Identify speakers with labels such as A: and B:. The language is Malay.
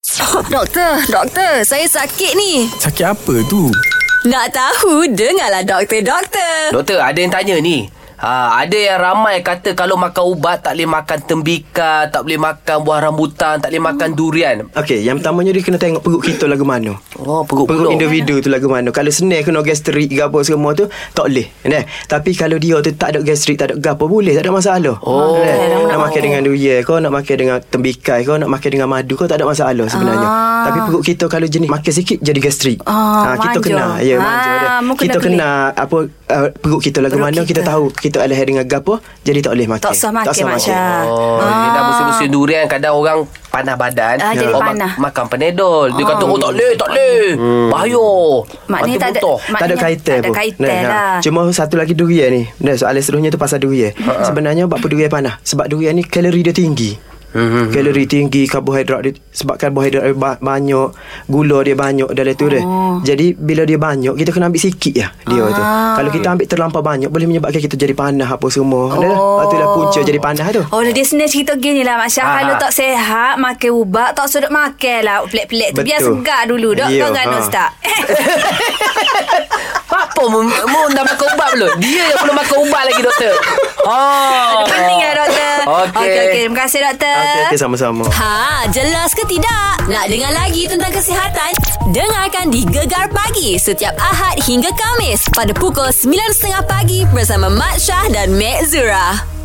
A: Doktor, doktor, saya sakit ni.
B: Sakit apa tu?
A: Nak tahu, dengarlah doktor, doktor.
C: Doktor, ada yang tanya ni. Ha, ada yang ramai kata kalau makan ubat tak boleh makan tembika, tak boleh makan buah rambutan, tak boleh makan durian.
B: Okey, yang pertamanya dia kena tengok perut kita lagu mana.
C: Oh, perut peluh.
B: Perut individu tu lagu mana. Kalau senang kena gastrik ke apa semua tu, tak boleh. Kan? Tapi kalau dia tu tak ada gastrik, tak ada gapo boleh, tak ada masalah. Oh. Kan? Nak makan dengan durian kau, nak makan dengan tembikai kau, nak makan dengan madu kau, tak ada masalah sebenarnya.
A: Ah.
B: Tapi perut kita kalau jenis makan sikit jadi gastrik.
A: Ah,
B: kita
A: manja.
B: kena. Ya, manja.
A: Ah,
B: dia.
A: muka
B: kita
A: dah pelik.
B: kena apa uh, perut kita lagu
A: Perut
B: mana
A: kita.
B: kita. tahu kita alih dengan gapo, jadi tak boleh makan.
A: Tak usah makan, Masya.
C: Oh, dia dah musim-musim durian kadang orang panah badan. Oh,
A: Ah, jadi
C: mak-
A: panah.
C: makan penedol. Dia kata, oh tak boleh, tak boleh. Bahaya.
A: Maknanya
C: Nanti
A: tak ada-
C: butuh.
B: tak ada
A: Maknanya
B: kaitan
A: tak ada
B: pun.
A: kaitan
B: Nah, nah.
A: lah.
B: Cuma satu lagi durian ni. Dan soalan seterusnya tu pasal durian. Sebenarnya buat apa durian panah? Sebab durian ni kalori dia tinggi. Kalori tinggi Karbohidrat dia, Sebab karbohidrat dia ba- banyak Gula dia banyak Dalam tu dia
A: Oh.
B: Jadi bila dia banyak Kita kena ambil sikit ya Dia tu
A: Ah.
B: Kalau kita ambil terlampau banyak Boleh menyebabkan kita jadi panah Apa semua oh. Lepas tu lah punca jadi panah tu
A: Oh, dia senang cerita gini lah Masya.
C: Ah.
A: Kalau tak sehat, makan ubat, tak sedap makan lah. Pelik-pelik tu. Biar
B: Betul.
A: segar dulu. Dok,
B: Ya,
A: kau ganus
B: ha.
A: tak?
C: Apa mu, mu dah makan ubat belum? Dia yang belum makan ubat lagi, doktor. Oh.
A: Penting lah, doktor.
C: Okey.
A: Okey, okey. Terima kasih, doktor.
B: Okey okay, sama-sama
D: Ha, jelas ke tidak? Nak dengar lagi tentang kesihatan? Dengarkan di Gegar Pagi setiap Ahad hingga Kamis pada pukul 9.30 pagi bersama Mat Syah dan Mek Zura.